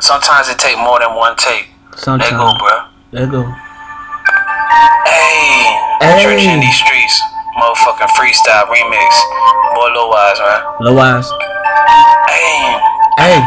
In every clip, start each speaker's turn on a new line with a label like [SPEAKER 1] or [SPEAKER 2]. [SPEAKER 1] sometimes it take more than one take. Let
[SPEAKER 2] Sometimes.
[SPEAKER 1] go, bro.
[SPEAKER 2] Let go.
[SPEAKER 1] Hey,
[SPEAKER 2] Hey.
[SPEAKER 1] church in these streets, motherfucking freestyle remix, boy Lil Wise, man.
[SPEAKER 2] Low eyes.
[SPEAKER 1] Hey,
[SPEAKER 2] Hey.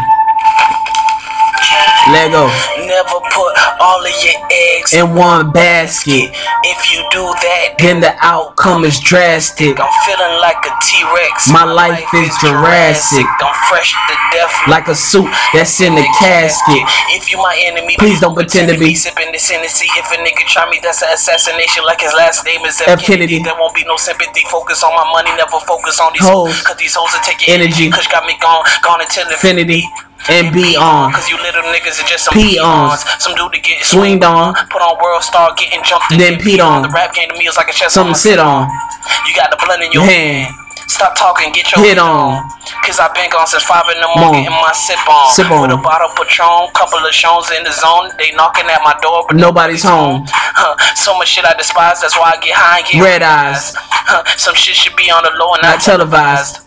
[SPEAKER 2] Let go.
[SPEAKER 1] never put all of your eggs.
[SPEAKER 2] In one basket.
[SPEAKER 1] If you do that,
[SPEAKER 2] Then the outcome is drastic.
[SPEAKER 1] I'm feeling like a T-Rex.
[SPEAKER 2] My life is Jurassic.
[SPEAKER 1] I'm fresh to death.
[SPEAKER 2] Like a suit that's in the casket.
[SPEAKER 1] If you my enemy,
[SPEAKER 2] Please don't pretend to be.
[SPEAKER 1] sipping this Hennessy. If a nigga try me, that's an assassination. Like his last name is F.
[SPEAKER 2] F.
[SPEAKER 1] Kennedy.
[SPEAKER 2] Kennedy.
[SPEAKER 1] There won't be no sympathy. Focus on my money, never focus on these
[SPEAKER 2] Hoes.
[SPEAKER 1] hoes. Cause these hoes are taking
[SPEAKER 2] Energy.
[SPEAKER 1] Cause got me gone, gone until
[SPEAKER 2] Infinity. And beyond.
[SPEAKER 1] Cause you little niggas are just some
[SPEAKER 2] Peons.
[SPEAKER 1] peons. Some dude to get
[SPEAKER 2] Swinged on.
[SPEAKER 1] Put on world star, getting jumped. and
[SPEAKER 2] Then
[SPEAKER 1] get
[SPEAKER 2] peed on.
[SPEAKER 1] The rap game to me is like a chess.
[SPEAKER 2] Something to sit on.
[SPEAKER 1] You got the blunt in your
[SPEAKER 2] Hand.
[SPEAKER 1] hand. Stop talking, get your
[SPEAKER 2] Hit on.
[SPEAKER 1] Cause I been gone since five in the
[SPEAKER 2] Mon.
[SPEAKER 1] morning, getting my sip on.
[SPEAKER 2] Sip on.
[SPEAKER 1] With a bottle Patron, couple of shows in the zone. They knocking at my door, but
[SPEAKER 2] Nobody's home.
[SPEAKER 1] Huh, so much shit I despise, that's why I get high and get
[SPEAKER 2] Red eyes.
[SPEAKER 1] Huh, some shit should be on the low and
[SPEAKER 2] Not
[SPEAKER 1] not
[SPEAKER 2] televised.
[SPEAKER 1] televised.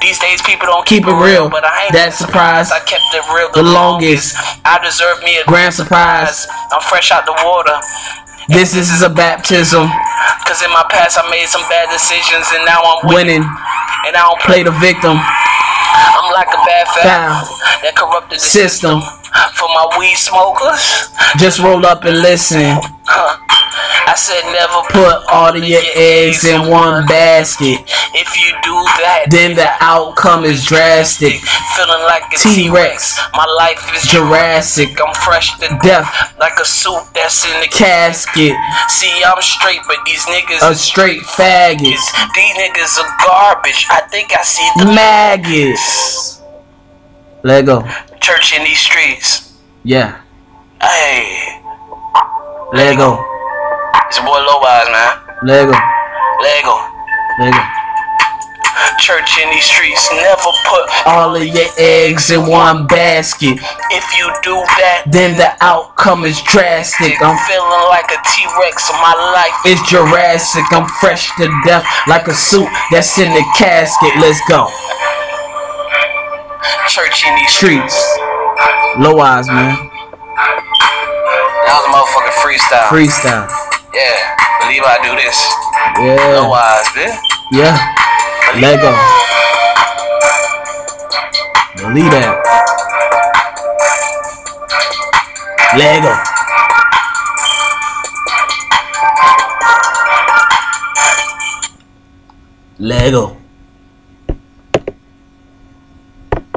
[SPEAKER 1] These days people don't
[SPEAKER 2] Keep
[SPEAKER 1] keep,
[SPEAKER 2] it real.
[SPEAKER 1] but I ain't
[SPEAKER 2] That surprise.
[SPEAKER 1] surprised. I kept it real the,
[SPEAKER 2] The longest.
[SPEAKER 1] I deserve me a
[SPEAKER 2] Grand surprise.
[SPEAKER 1] I'm fresh out the water.
[SPEAKER 2] This, this is a baptism.
[SPEAKER 1] Cause in my past I made some bad decisions and now I'm winning.
[SPEAKER 2] Winning.
[SPEAKER 1] And I don't play.
[SPEAKER 2] Play the victim.
[SPEAKER 1] I'm like a bad foul
[SPEAKER 2] Foul.
[SPEAKER 1] that corrupted the system.
[SPEAKER 2] System.
[SPEAKER 1] For my weed smokers,
[SPEAKER 2] Just roll up and listen.
[SPEAKER 1] huh, I said never put.
[SPEAKER 2] Put all of your eggs in one basket.
[SPEAKER 1] If you do that,
[SPEAKER 2] Then the outcome is drastic.
[SPEAKER 1] feeling like a
[SPEAKER 2] T-Rex.
[SPEAKER 1] T-Rex. My life is
[SPEAKER 2] Jurassic.
[SPEAKER 1] I'm fresh to death,
[SPEAKER 2] Death
[SPEAKER 1] like a suit that's in the cat. Uh,
[SPEAKER 2] casket.
[SPEAKER 1] See, I'm straight, but these niggas,
[SPEAKER 2] A straight faggot.
[SPEAKER 1] is- these niggas are garbage. I think I see the
[SPEAKER 2] Maggots. Let go.
[SPEAKER 1] church in these streets.
[SPEAKER 2] Yeah.
[SPEAKER 1] Hey,
[SPEAKER 2] Let go.
[SPEAKER 1] it's your boy Low Eyes, man.
[SPEAKER 2] Let go.
[SPEAKER 1] Lego.
[SPEAKER 2] Let go.
[SPEAKER 1] Church in these streets, never put.
[SPEAKER 2] All of your eggs in one basket.
[SPEAKER 1] If you do that,
[SPEAKER 2] Then the outcome is drastic.
[SPEAKER 1] I'm
[SPEAKER 2] I'm
[SPEAKER 1] feeling like a T-Rex. My life
[SPEAKER 2] it's Jurassic. I'm fresh to death like a suit that's in the casket. Let's go.
[SPEAKER 1] is church in these streets.
[SPEAKER 2] Streets. Low eyes, man.
[SPEAKER 1] That was a motherfucking freestyle.
[SPEAKER 2] Freestyle.
[SPEAKER 1] yeah, believe I do this.
[SPEAKER 2] Yeah.
[SPEAKER 1] Otherwise, bitch.
[SPEAKER 2] Yeah. Let go. Believe that. Let go. Let go.